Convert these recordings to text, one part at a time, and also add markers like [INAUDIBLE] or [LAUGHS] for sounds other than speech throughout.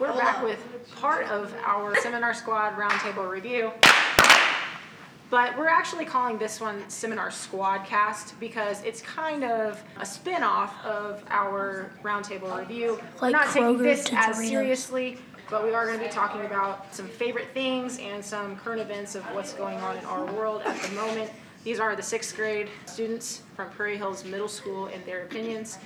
We're back with part of our Seminar Squad Roundtable Review. But we're actually calling this one Seminar Squadcast because it's kind of a spin-off of our Roundtable Review. We're Like not taking Kroger this to as Doritos. seriously, but we are going to be talking about some favorite things and some current events of what's going on in our world at the moment. These are the sixth grade students from Prairie Hills Middle School and their opinions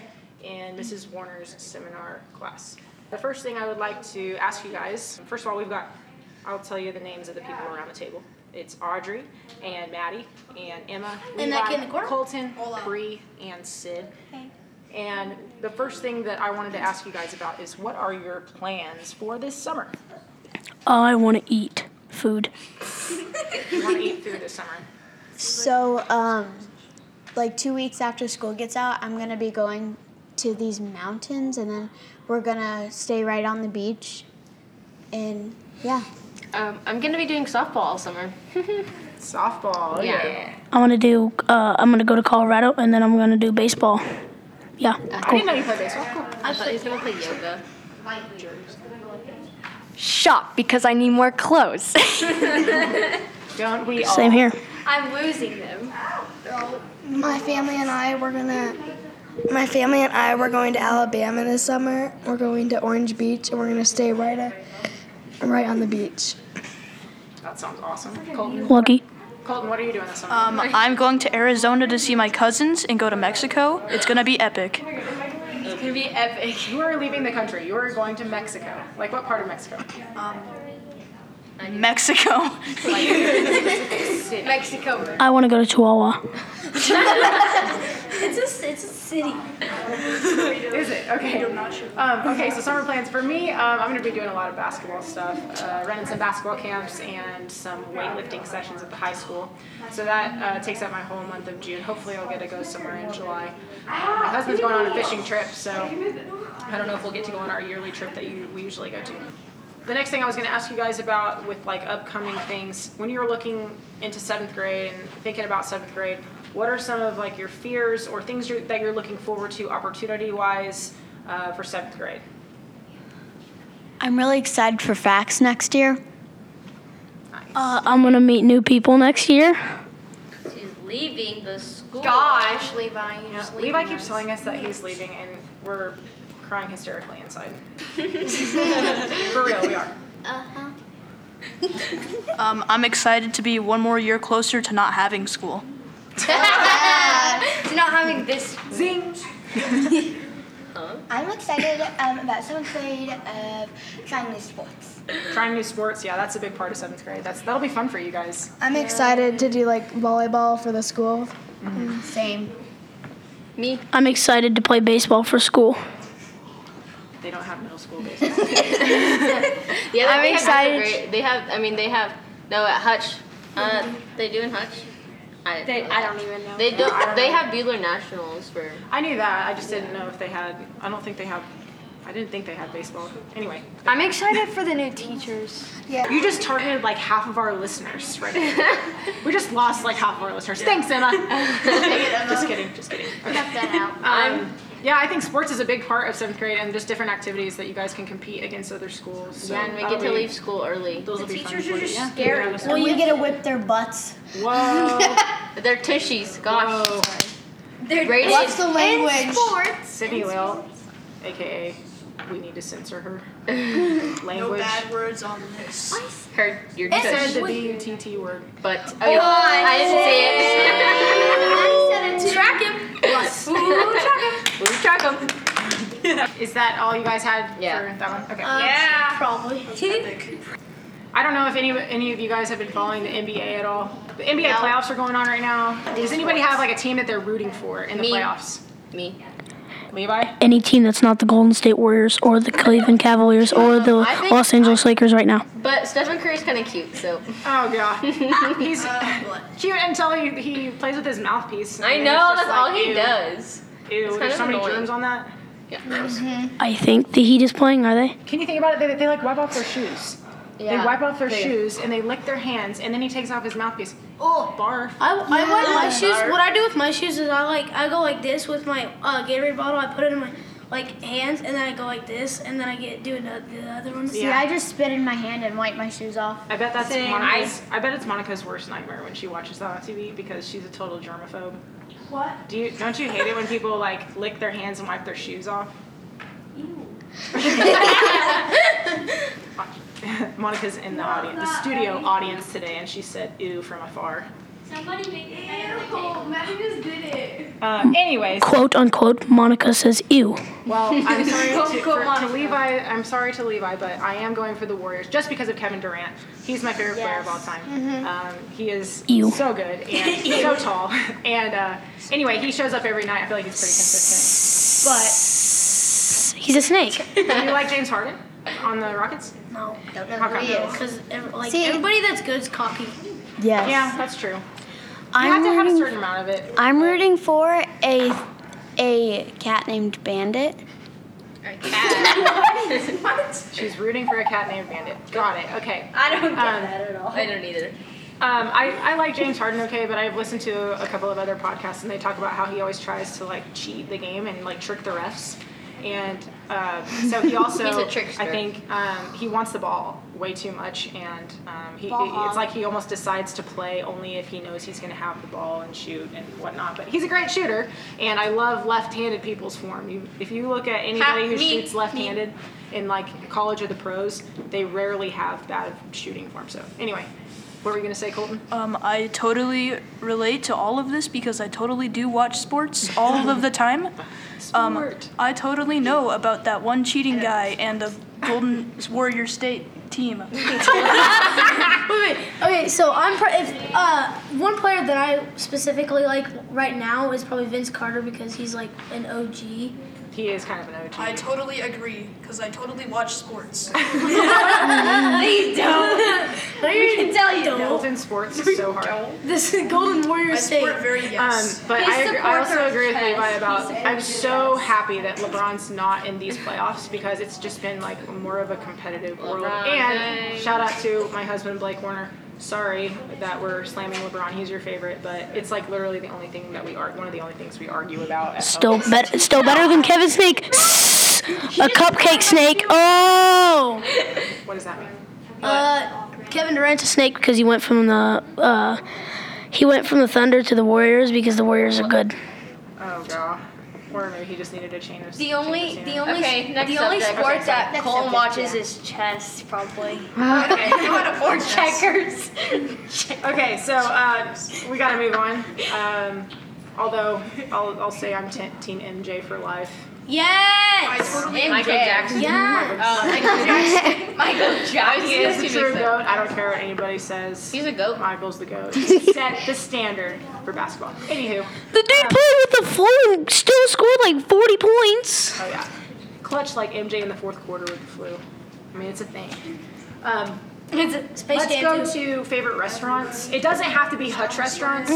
in Mrs. Warner's seminar class. The first thing I would like to ask you guys first of all, we've got, I'll tell you the names of the people around the table. It's Audrey and Maddie and Emma, And that kid in the corner? Colton, Bree, and Sid. And the first thing that I wanted to ask you guys about is what are your plans for this summer? I want to eat food. You want to eat food this summer? So, um, like two weeks after school gets out, I'm gonna be going to these mountains, and then we're gonna stay right on the beach, and yeah. Um, I'm gonna be doing softball all summer. Softball. Yeah. I want to do. Uh, I'm gonna go to Colorado and then I'm gonna do baseball. Yeah. I didn't know you played baseball. Cool. I thought he was gonna play yoga. shop because I need more clothes. Don't we all? Same here. I'm losing them. My family and I were gonna. My family and I were going to Alabama this summer. We're going to Orange Beach, and we're gonna stay right, a, right on the beach. That sounds awesome. Colton, Lucky. Colton, what are you doing this summer? Um, I'm going to Arizona to see my cousins and go to Mexico. It's gonna be epic. It's gonna be epic. you are leaving the country. You are going to Mexico. Like what part of Mexico? Mexico. [LAUGHS] Mexico. I want to go to Chihuahua. Is it? Okay. Um, okay, so summer plans for me, um, I'm going to be doing a lot of basketball stuff, uh, running some basketball camps and some weightlifting sessions at the high school. So that uh, takes up my whole month of June. Hopefully, I'll get to go somewhere in July. My husband's going on a fishing trip, so I don't know if we'll get to go on our yearly trip that you, we usually go to. The next thing I was going to ask you guys about with like upcoming things, when you're looking into seventh grade and thinking about seventh grade, what are some of like your fears or things you're, that you're looking forward to opportunity wise uh, for seventh grade? I'm really excited for facts next year. Uh, I'm gonna meet new people next year. She's leaving the school. Gosh, Levi, you You know, just Levi keeps telling us that he's leaving, and we're crying hysterically inside. for real, we are. Um, I'm excited to be one more year closer to not having school. not having this. Zing. I'm excited um, about seventh grade uh, of trying new sports. Trying new sports, yeah, that's a big part of seventh grade. That's that'll be fun for you guys. I'm excited to do like volleyball for the school. Me. I'm excited to play baseball for school. They don't have middle school baseball. Yeah. I'm they have excited. great- They have. I mean, they have. No, at Hutch. Uh, they do in Hutch. I, They, I don't even know. They don't. They have Bueller Nationals for. I knew that. I just didn't know if they had. I don't think they have. I didn't think they had baseball. Anyway, I'm excited for the new teachers. you just targeted like half of our listeners right now. we just lost like half of our listeners. Thanks, Emma. just kidding. Just kidding. Cut that out. Um, yeah, I think sports is a big part of seventh grade and just different activities that you guys can compete against other schools. So Yeah, Oh, and we that'll get to be- leave school early. Those will be fun for you. Yeah. Will we get to whip their butts? Whoa, They're tushies. Gosh. whoa. They're rated. What's the language? Sydney Will, aka we need to censor her language. words on this. Her. Your You said tush. the B-U-T-T word. But oh, yeah. I didn't say [LAUGHS] it. Track him. Yes. Ooh, track him. Ooh, track [LAUGHS] him. Is that all you guys had Yeah. for that one? Okay. Yeah. I don't know if any any of you guys have been following the NBA at all. The NBA playoffs are going on right now. Does anybody have like a team that they're rooting for in the Me. playoffs? Me. Levi? Any team that's not the Golden State Warriors or the Cleveland Cavaliers or the I think- Los Angeles Lakers right now. But Stephen Curry's kind of cute, so. Oh [LAUGHS] god, he's cute until he, he plays with his mouthpiece. I And know it's just that's all like, he ew, does. Ew, kind there's of so many annoying. germs on that. Yeah, gross. I think the Heat is playing, are they? Can you think about it? They, they like wipe off their shoes. Yeah. They wipe off their They- shoes and they lick their hands, and then he takes off his mouthpiece. Oh, barf. I, I wipe my shoes. What I do with my shoes is I like I go like this with my uh, Gatorade bottle. I put it in my like hands, and then I go like this, and then I get do another, the other one. Yeah. See, I just spit in my hand and wipe my shoes off. I bet that's Same. Monica's. I, bet it's Monica's worst nightmare when she watches that on TV because she's a total germaphobe. What? Do you don't you hate it when people like lick their hands and wipe their shoes off? Ew. [LAUGHS] Monica's in the audience, the studio audience today, and she said "ew" from afar. Somebody make it. Maddie just did it. Uh, anyways, Quote unquote. Monica says ew. well, I'm sorry to, for- to Levi. I'm sorry to Levi, but I am going for the Warriors just because of Kevin Durant. He's my favorite player of all time. Um, he is Ew. so good and so tall. [LAUGHS] And uh, anyway, he shows up every night. I feel like he's pretty consistent. He's a snake. Do you like James Harden on the Rockets? No, How come? because like See, everybody that's good's cocky. Yes. Yeah, that's true. You have I'm to have a rooting, certain amount of it. I'm rooting for a a cat named Bandit. She's rooting for a cat named Bandit. Got it. Okay. I don't get Um, that at all. I don't either. Um, I, I like James Harden okay, but I've listened to a couple of other podcasts and they talk about how he always tries to like cheat the game and like trick the refs. And uh, so [LAUGHS] he also, He's a trickster. I think, um, he wants the ball way too much, and um, he, it's like he almost decides to play only if he knows he's going to have the ball and shoot and whatnot. But he's a great shooter, and I love left-handed people's form. You, if you look at anybody who me, shoots left-handed in like college or the pros, they rarely have bad shooting form. So anyway, what were you going to say, Colton? Um, I totally relate to all of this because I totally do watch sports all of the time. Um, Smart. I totally know about that one cheating guy and the Golden Warrior State team. Wait, wait. Okay, so I'm pro- if uh one player that I specifically like right now is probably Vince Carter because he's like an OG. He is kind of an OG. I totally agree because I totally watch sports. They don't. We can tell [LAUGHS] you. Adult in sports is so hard. Um, This is Golden Warrior State. very but I, He's agree, I supporter also of agree with chess. Levi about. He's I'm so happy that LeBron's not in these playoffs because it's just been like more of a competitive world. LeBron And James. shout out to my husband Blake Warner. Sorry that we're slamming LeBron. He's your favorite, but it's like literally the only thing that we are. One of the only things we argue about. At Still home. better. Still better than Kevin Snake. [LAUGHS] A cupcake snake. Oh. What does that mean? Uh, Kevin Durant's a snake because he went from the uh, he went from the Thunder to the Warriors because the Warriors are good. Oh god. Or maybe he just needed a chain of. The only, chain of the only, Okay, next the only subject. sport Okay, that Next Colin subject, watches yeah. is chess, probably. [LAUGHS] Checkers. Okay, so uh, we gotta move on. Um, although I'll, I'll say I'm t- Team MJ for life. Yes. Michael Jackson. Yeah. Oh, Michael Jackson. [LAUGHS] Michael Jackson. He is the true goat. I don't care what anybody says. He's a goat. Michael's the goat. [LAUGHS] He set the standard for basketball. Anywho, The dude played with the flow and still scored like 40 points. oh yeah, clutch like MJ in the fourth quarter with the flu. I mean, it's a thing. Um, Space Let's Jam go 2. to favorite restaurants. It doesn't have to be Hutch restaurants.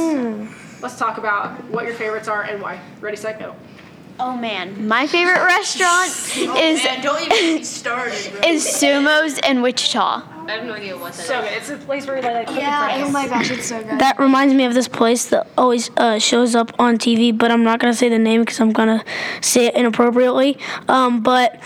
Let's talk about what your favorites are and why. Ready, set, go. Oh man, my favorite [LAUGHS] restaurant Oh, is don't even get started. Bro. is Sumo's in Wichita. I have no idea what that is. So good. It's a place where they like cook Yeah, oh my gosh, it's so good. That reminds me of this place that always uh, shows up on TV, but I'm not gonna say the name because I'm gonna say it inappropriately. Um, but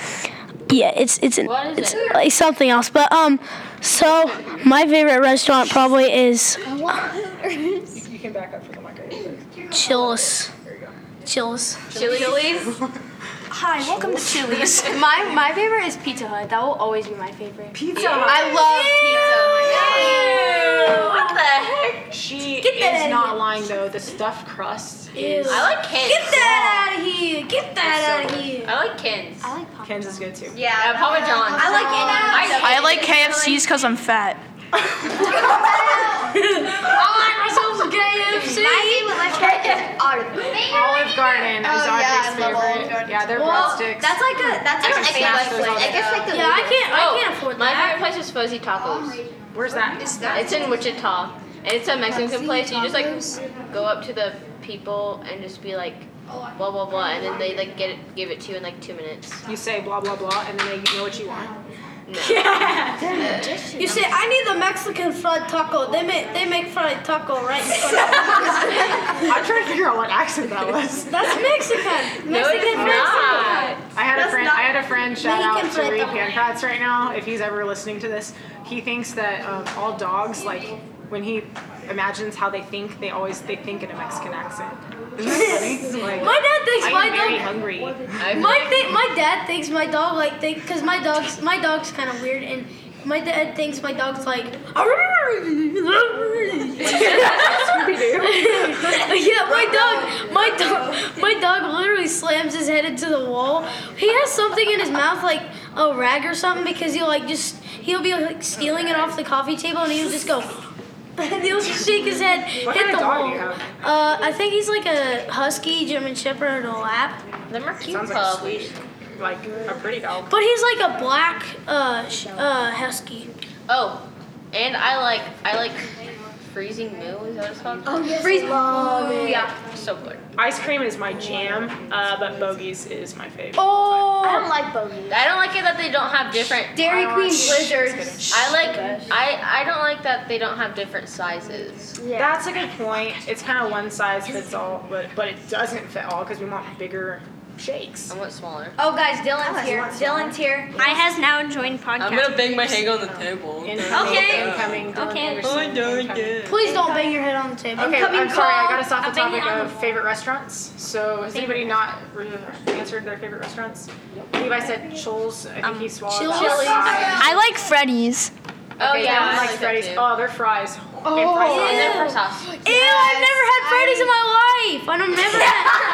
yeah, it's it's an, What is it's it? like something else. But um, so my favorite restaurant probably is You can back up for the mic. right there. Chili's. Chili's. Chili's. Hi, welcome to Chili's. [LAUGHS] my my favorite is Pizza Hut. That will always be my favorite. Pizza Hut. I love pizza. What the heck? She is not lying though. The stuffed crust is. I like Ken's. Get that out of here! Get that out of here! I like Ken's. I like Ken's is good too. yeah, Papa John's. I like it. [LAUGHS] I like KFCs because I'm fat. Olive Oh, Garden is Audrey's favorite. Yeah, their breadsticks. That's like a that's I like a smash those all day. like the Yeah, I can't Oh, I can't afford My that. favorite place is Fuzzy Tacos. Where's that? It's in Wichita. And it's a Mexican place. You just like go up to the people and just be like, blah blah blah, and then they like get it, give it to you in like two minutes. You say blah blah blah, and then they know what you want. [LAUGHS] No. You say I need the Mexican fried taco. They make they make fried taco right. in front [LAUGHS] of I'm trying to figure out what accent that was. us. That's Mexican. No, it is Mexican fried taco. not. I had a friend. I had a friend. Shout out Mexican to Reed fried taco. Pancratz right now. If he's ever listening to this, he thinks that um, all dogs like when he imagines how they think, they always they think in a Mexican accent. [LAUGHS] Isn't that funny? Like, My dad thinks I my am very dog. hungry. I My thi- my dad thinks my dog like think because my dog's my dog's kind of weird and my dad thinks my dog's like. [LAUGHS] yeah, my dog, my dog, my dog literally slams his head into the wall. He has something in his mouth like a rag or something because he'll like just he'll be like stealing it off the coffee table and he'll just go. [LAUGHS] and he'll just [LAUGHS] shake his head, What hit kind of the dog wall. do you have? Uh, I think he's like a husky German Shepherd or a lap. Them are cute Sounds like a pups. sweet, like a pretty dog. But he's like a black uh, sh- uh, husky. Oh, and I like I like freezing moo. Is that what it's called? Oh, Freeze- yeah, so good. Ice cream is my jam, uh, but bogeys is my favorite. Oh, I don't like bogeys. I don't like it that they don't have different. Dairy Queen Shh. blizzards. I like I I don't like that they don't have different sizes. Yeah. That's a good point. It's kind of one size fits all, but but it doesn't fit all because we want bigger shakes. I want smaller. Oh guys, Dylan's here. Dylan's here. I has now joined podcast. bang my head on the table. Oh, Incoming, incoming, Dylan Okay. Anderson, incoming. please don't bang your head on the table. Okay, Incoming I'm sorry. I call. got us off the I'm banging topic on the of favorite restaurants. So has anybody not re- answered their favorite restaurants? Levi said Chills. I think he swallowed. Chili's. Um, Chili's. I like Freddy's. Oh Okay, yeah, I like Freddy's. Oh, their fries. Oh, And fries. then for sauce. Ew, I've never had Freddy's in my life. I don't never had.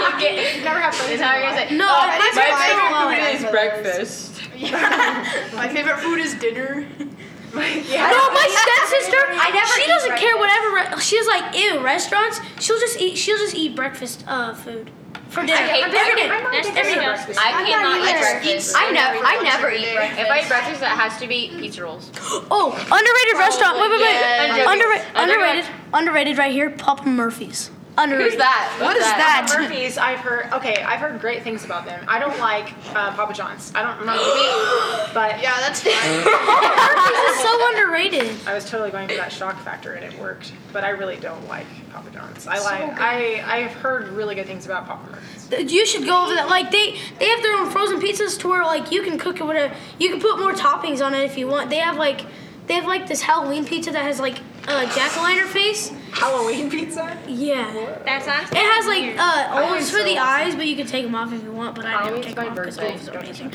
You've never had Freddy's. Is that what you're gonna say? No, I my Freddy's breakfast. [LAUGHS] My favorite food is dinner. No, [LAUGHS] my stepsister. I never she eat doesn't care whatever. Re- she's like ew restaurants. She'll just eat. She'll just eat breakfast uh, food for dinner. hate every day. I'm not There's a big every fan of day. I cannot eat breakfast. I never, I never eat breakfast. If I eat breakfast, it has to be pizza rolls. Oh, underrated restaurant. Wait, wait, wait. yes. I'm joking. Underra- I'm joking. underrated. Underrated right here. Papa Murphy's. Underrated. Who's that? What is that? Murphy's, I've heard. Okay, I've heard great things about them. I don't like uh, Papa John's. I don't. I'm not gonna [GASPS] be, but yeah, that's. This is [LAUGHS] so underrated. I was totally going for that shock factor, and it worked. But I really don't like Papa John's. I like. I I've heard really good things about Papa Murphy's. You should go over that. Like they, they have their own frozen pizzas to where like you can cook it whatever. You can put more toppings on it if you want. They have like, they have like this Halloween pizza that has like a jack o' lantern face. Halloween pizza. Yeah. That's It not. has like uh, always for the eyes, but you can take them off if you want. But I never Halloween's take my them off because birthday. wolves are Don't amazing.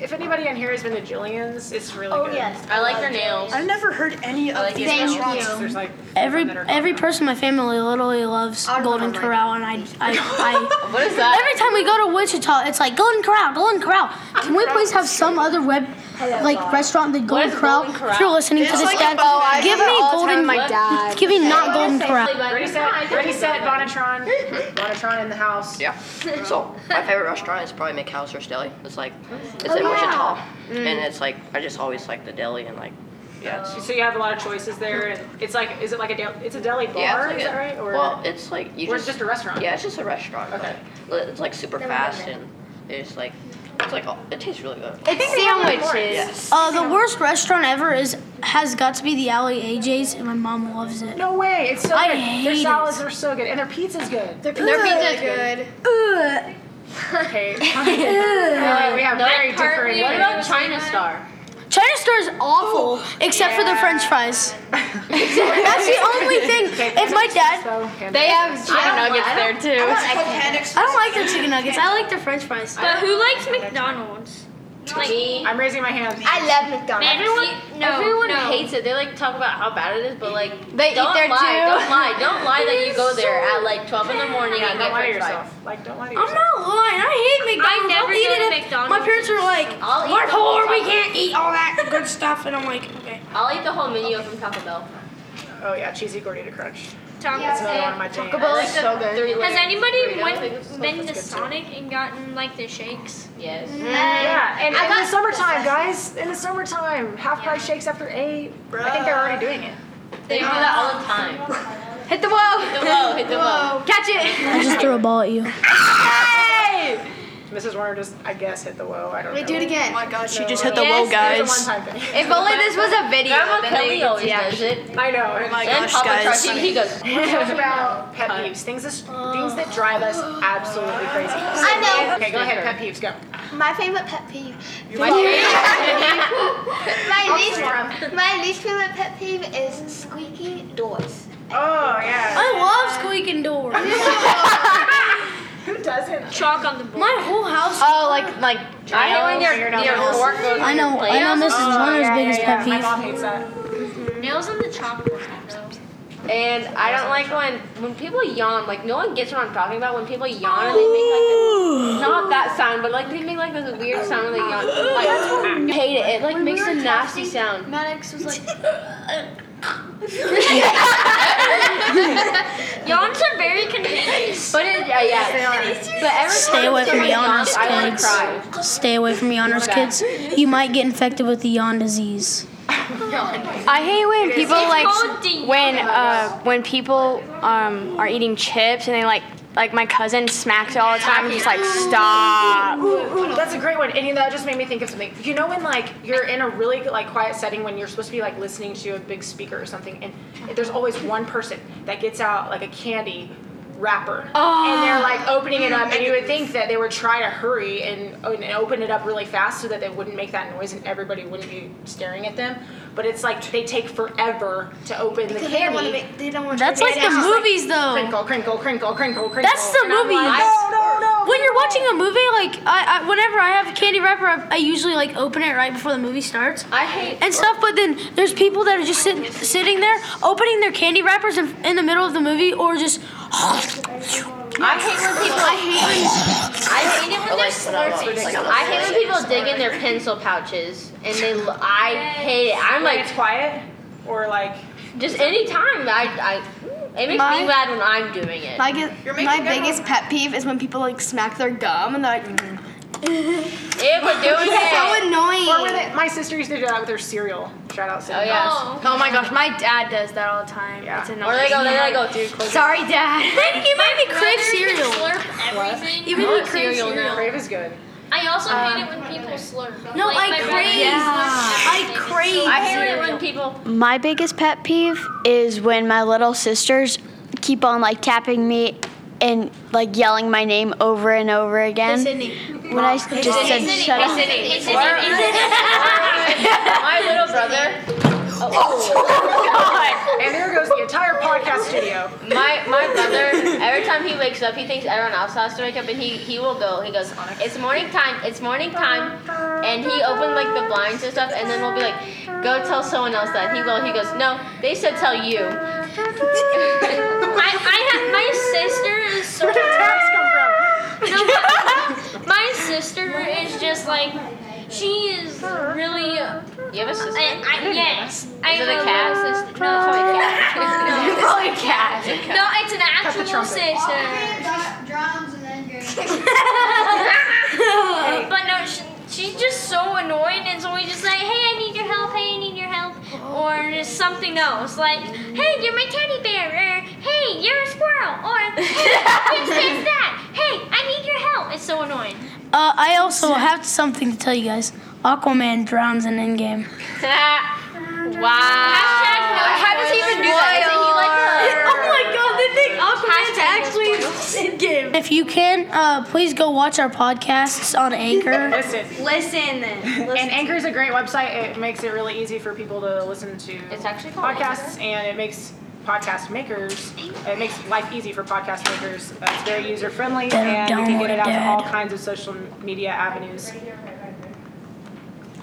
If anybody in here has been to Jillian's, it's really Oh good. yes. I like their nails. I've never heard any I of like these. his nails. There's like Every that are- every person in my family literally loves Golden Corral, and I I. I [LAUGHS] What is that? Every time we go to Wichita, it's like Golden Corral, Golden Corral. Can we please have some other web, like restaurant than Golden is Corral? Golden If Corral? you're listening to this, Dad, give me Golden. What? Give me not Golden Corral. Uh, Ready set, ready set, Bonatron, [LAUGHS] Bonatron in the house. [LAUGHS] Yeah. So my favorite restaurant is probably McAllister's Deli. It's like it's Oh, in Wichita, Mm. and it's like I just always like the deli and like yeah. It's, So you have a lot of choices there, and it's like, is it like a del- it's a deli bar? yeah, it's like is a- that right? Or well, it's like you or it's just, just a restaurant? Yeah, it's just a restaurant. Okay. Like, it's like super fast and it's like it's like all, it tastes really good. It's sandwiches. Yes. Uh, the worst restaurant ever is has got to be the Alley AJ's, and my mom loves it. no way, it's so I good. their hate salads are so good, and their pizza's good. Their pizza is good. okay. [LAUGHS] Alright, we have very different. What about China Star? China Star is awful, except for the French [LAUGHS] fries. That's the only thing. If my dad, So, okay. They have chicken nuggets there too. Oh I don't like their chicken nuggets. I like their French fries. But who likes McDonald's? Me. I'm raising my hand. I love McDonald's. Everyone, no, Everyone no. hates it. They like talk about how bad it is, but like They eat don't there, lie, too. Don't lie. [LAUGHS] Don't lie that you go there at like 12 in the morning Yeah, and don't get lie to french fries. yourself. Like, don't lie to I'm yourself. not lying. I hate McDonald's. I never will eat go to it if McDonald's. My parents are like, I'll eat we're the whole poor. We chocolate. can't eat all that good stuff, and I'm like, okay. I'll eat the whole menu from Taco Bell. Oh yeah, cheesy gordita crunch. Tom, That's another one of my Taco I like the three Has layers. anybody Burrito, I think went, it's been good to too. Sonic and gotten like the shakes? Yes. Yeah, and I in the got- summertime, guys. In the summertime, half price shakes after eight. I think they're already doing it. They do that all the time. Hit the whoa. Hit the whoa. Hit the whoa. Catch [LAUGHS] I just it. threw a ball at you. Hey! Mrs. Warner just, I guess, hit the woe. I don't know. Wait, do it again. Oh my gosh, she just hit the woe, It was guys. a one-time thing. If only this was a video. Grandma then they Kelly could always see does action. I know. And my gosh, guys. He goes. We talked about pet peeves, things that things that drive us absolutely crazy. I know. Okay, go ahead. Pet peeves, go. My favorite pet peeve. My favorite [LAUGHS] my least, my least favorite pet peeve is squeaky doors. Oh yeah. I love squeaking doors. [LAUGHS] Who doesn't? Chalk on the board. My whole house. Oh, like like. I hate when your Nails. your fork goes. I know, I know this is Um, Oh, one of his yeah, biggest yeah, pet yeah. My peeves. mom hates that. Nails on the chalkboard. And I don't like when when people yawn. Like no one gets what I'm talking about. When people yawn and they make like this, not that sound, but like they make like this weird sound when they yawn. Like I hate it. It like makes a nasty sound. Maddox was like. Yawns are very contagious. But it, yeah, yeah. But every Stay time away from somebody yawns, yawns, I wanna kids. cry. Stay away from yawners, kids. You might get infected with the yawn disease. I hate when people called like Dion. when uh, when people um, are eating chips and they like like my cousin smacks it all the time. I'm just like stop. Ooh, that's a great one. And you know, that just made me think of something. You know, when like you're in a really like quiet setting when you're supposed to be like listening to a big speaker or something, and there's always one person that gets out like a candy wrapper and they're like opening it up and you would think that they would try to hurry and, and open it up really fast so that they wouldn't make that noise and everybody wouldn't be staring at them but it's like they take forever to open the They don't candy want to make. They don't want. That's like the movies, though. crinkle crinkle crinkle crinkle crinkle That's the And I'm movie. like, That's- no no no When you're watching a movie, like I, I whenever I have a candy wrapper, I, I usually like open it right before the movie starts I hate. and stuff. But then there's people that are just sit, sitting there opening their candy wrappers in, in the middle of the movie, or just I hate when people. I hate. I hate it when they're slurping. I hate when people dig in their pencil pouches and they. l- I hate it. I'm like like it's quiet or like just any time. I. I. It makes My- me mad when I'm doing it. My, get, my biggest pet peeve is when people like smack their gum and they're like, Yeah, we're doing it. so annoying. Or when it, my sister used to do that with her cereal. Shout out cereal. Oh yes. Oh my gosh, my dad does that all the time. Yeah. It's Or annoying. they go. Then I go, dude. Close Sorry, dad. Thank you, made me crave cereal. everything. Even your me mouth. crave cereal. Crave is good. I also hate it when people slurp. No, Like, I my brother- crave. I crave. I hate it when people. My biggest pet peeve is when my little sisters keep on like tapping me and like yelling my name over and over again. When I just said shut up. It's an idiot. My little brother. Oh. And there goes the entire podcast studio. My my brother, every time he wakes up, he thinks everyone else has to wake up, and he he will go. He goes, it's morning time, it's morning time, and he opened like the blinds and stuff, and then we'll be like, go tell someone else that. He will. He goes, no, they said tell you. I, I have my sister is so Where did taps come from? no, my, my sister is just like she is really. I, You have a sister. I, yes, I Is it have a a cat little sister? No, it's not a [LAUGHS] cat. It's probably a cat. No, it's an actual sister. Drums and then you're. But no, she, she's just so annoying, and so we just like, hey, I need your help. Hey, I need your help, or just something else, like, hey, you're my teddy bear, or hey, you're a squirrel, or [LAUGHS] hey, fix this, that. Hey, I need your help. It's so annoying. Uh, I also have something to tell you guys. Aquaman drowns in Endgame. wow. How does he even do that? Isn't he like a? Oh my god, they think Aquaman's actually in game. If you can, uh, please go watch our podcasts on Anchor. Listen. Listen. And Anchor is a great website. It makes it really easy for people to listen to It's actually called podcasts, and it makes podcast makers. It makes life easy for podcast makers. Uh, It's very user friendly, Don't- and you don't can get it out to worry, all Dad. kinds of social media avenues.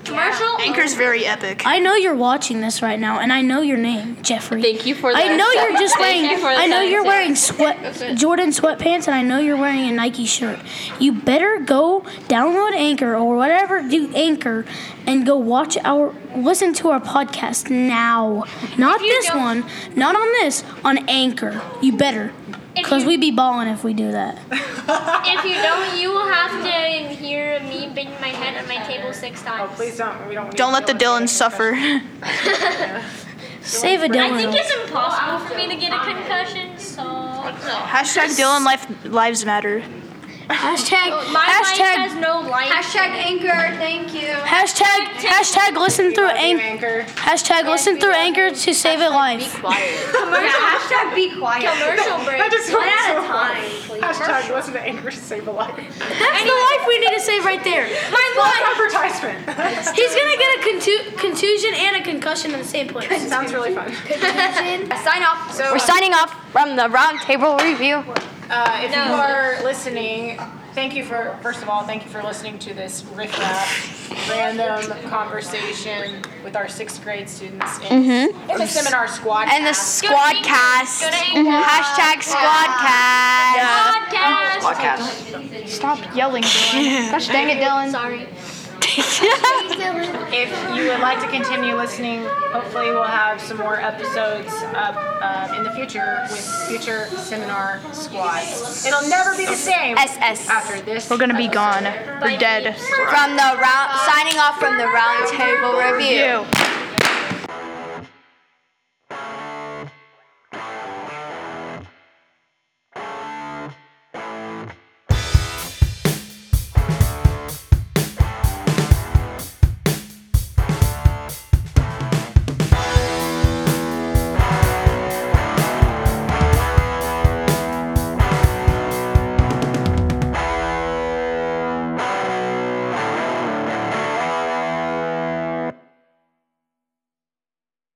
Commercial. Anchor's very epic. I know you're watching this right now, and I know your name, Jeffrey. Thank you for the. I know you're just Thank wearing. you for the I know you're sentence. wearing sweat Jordan sweatpants, and I know you're wearing a Nike shirt. You better go download Anchor or whatever do Anchor, and go watch our listen to our podcast now. Not this one. Not on this. On Anchor. You better, If cause you- we be balling if we do that. If you don't, you will have to hear me bang my Oh, head on my table six times. Please don't. We don't. need Don't let the Dylan Dylans suffer. Save a I think Dylan. it's impossible for me to get a concussion, so no. Hashtag Dylan life, lives matter. Hashtag. My hashtag. life has no life. Hashtag anchor. Thank you. Hashtag hashtag listen through anchor. [LAUGHS] Hashtag listen through anchor to save a life. Commercial. Hashtag be quiet. Commercial break. That just One sounds at a so [LAUGHS] time, hard. Hashtag listen to anger to save a life. That's the life we need to save right there. My advertisement. He's gonna get a contu- contusion and a concussion in the same place. Sounds really fun. Sign off. So We're signing off from the round table review. Uh, if you No. are listening, thank you for first of all, thank you for listening to this riffraff random conversation with our sixth grade students in, Mhm. in the seminar squad. And the cast. squad cast. Hashtag squad cast. Podcast. Stop yelling, Dylan. Gosh dang it, Dylan. Sorry. If you would like to continue listening, hopefully we'll have some more episodes up um, in the future with future seminar squads. It'll never be the same SS. after this. We're gonna be gone. We're dead. From the round, signing off from the round table review. Review.